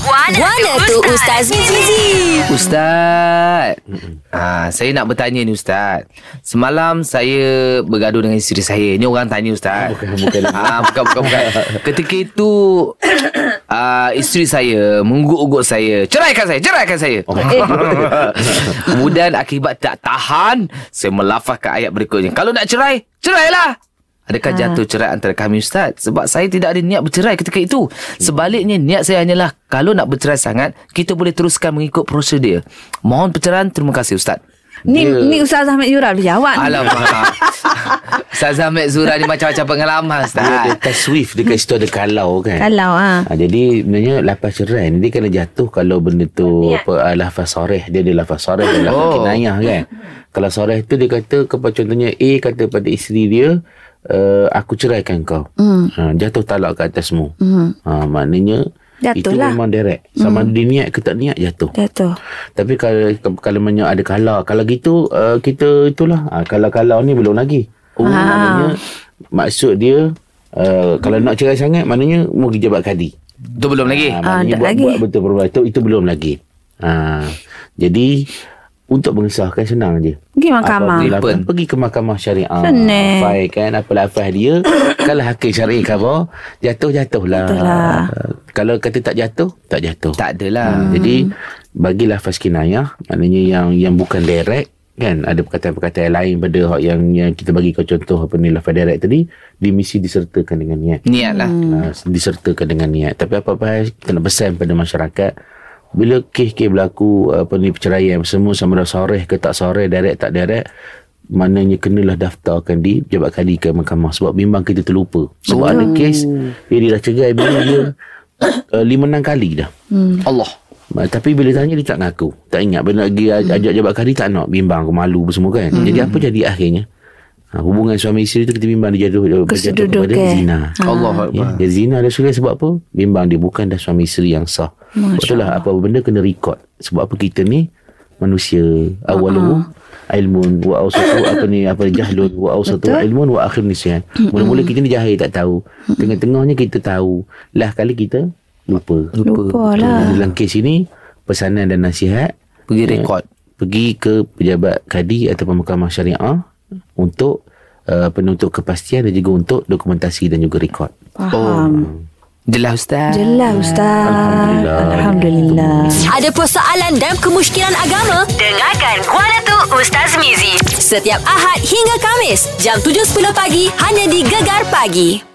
Wana, Wana tu Ustaz Mizi. Ustaz ha, Saya nak bertanya ni Ustaz Semalam saya bergaduh dengan isteri saya Ni orang tanya Ustaz Bukan bukan ha, Bukan bukan bukan Ketika itu uh, Isteri saya Mengguk-guk saya Ceraikan saya Ceraikan saya oh. Kemudian akibat tak tahan Saya melafazkan ayat berikutnya Kalau nak cerai Cerailah Adakah ha. jatuh cerai antara kami Ustaz? Sebab saya tidak ada niat bercerai ketika itu. Sebaliknya niat saya hanyalah kalau nak bercerai sangat, kita boleh teruskan mengikut prosedur. Mohon pencerahan. Terima kasih Ustaz. Ni ni Ustaz Ahmad Yura boleh jawab ni. Alamak. Ustaz Ahmed Zura ni macam-macam pengalaman Dia ada Ustaz. test swift Dekat situ ada kalau kan Kalau ah. Ha, jadi sebenarnya lafaz cerai ni dia kena jatuh kalau benda tu apa uh, lafaz soreh dia ada lafaz soreh dan Oh. lafaz oh. kinayah kan. Kalau soreh tu dia kata kepada contohnya A kata pada isteri dia uh, aku ceraikan kau. Mm. Ha, jatuh talak ke atasmu. Mm. Ha, maknanya Jatuh itu lah. memang direct. Sama mm. dia niat ke tak niat jatuh. Jatuh. Tapi kalau kalau menyo ada kalau kalau gitu uh, kita itulah uh, kalau kalau ni belum lagi. Ah. Oh, maknanya maksud dia uh, kalau nak cerai sangat maknanya mau pergi jabat kadi. Itu belum lagi. Ah, Ah, maknanya tak buat, lagi. buat betul perubahan itu itu belum lagi. Ah, jadi untuk mengesahkan senang je. Pergi mahkamah. Apa, apa, Ribbon. pergi ke mahkamah syariah. Senang. Baik kan apa lafaz dia kalau hakim syariah cover jatuh jatuhlah. Betul lah. Kalau kata tak jatuh, tak jatuh. Tak adalah. Hmm. Jadi bagi lafaz kinayah maknanya yang yang bukan direct kan ada perkataan-perkataan lain pada hak yang yang kita bagi kau contoh apa ni lafaz direct tadi dimisi disertakan dengan niat. Niatlah. Hmm. disertakan dengan niat. Tapi apa-apa hal kena pesan pada masyarakat bila kes-kes berlaku apa ni perceraian semua sama ada soreh ke tak soreh, direct tak direct maknanya kenalah daftarkan di Jabat Kadi ke mahkamah sebab bimbang kita terlupa. Sebab ada kes dia, dia dah cerai bila dia uh, lima enam kali dah. Allah. Ma- Tapi bila tanya dia tak ngaku Tak ingat Bila nak pergi aj- ajak jabat kari tak nak Bimbang malu apa semua kan hmm. Jadi apa jadi akhirnya ha, Hubungan suami isteri tu kita bimbang Dia jatuh, jatuh Kesedudukan. kepada zina Allah Akbar. Ya, dia zina dan suria sebab apa? Bimbang dia bukan dah suami isteri yang sah. Itulah apa benda kena record. Sebab apa kita ni manusia awaluhu ilmun wa awsatu apa ni apa jahlun wa awsatu ilmun wa akhir nisyan. Mula-mula kita ni jahil tak tahu. Tengah-tengahnya kita tahu. Lah kali kita lupa. Lupa lah. Dalam kes ini pesanan dan nasihat Pergi rekod. pergi ke pejabat kadi ataupun mahkamah syariah untuk uh, penuntut kepastian dan juga untuk dokumentasi dan juga rekod. Faham. Oh. Jelas Ustaz. Jelas Ustaz. Alhamdulillah. Alhamdulillah. Ada persoalan dan kemusykilan agama? Dengarkan Wana tu Ustaz Mizi Setiap Ahad hingga Kamis, jam 7.10 pagi, hanya di Gegar Pagi.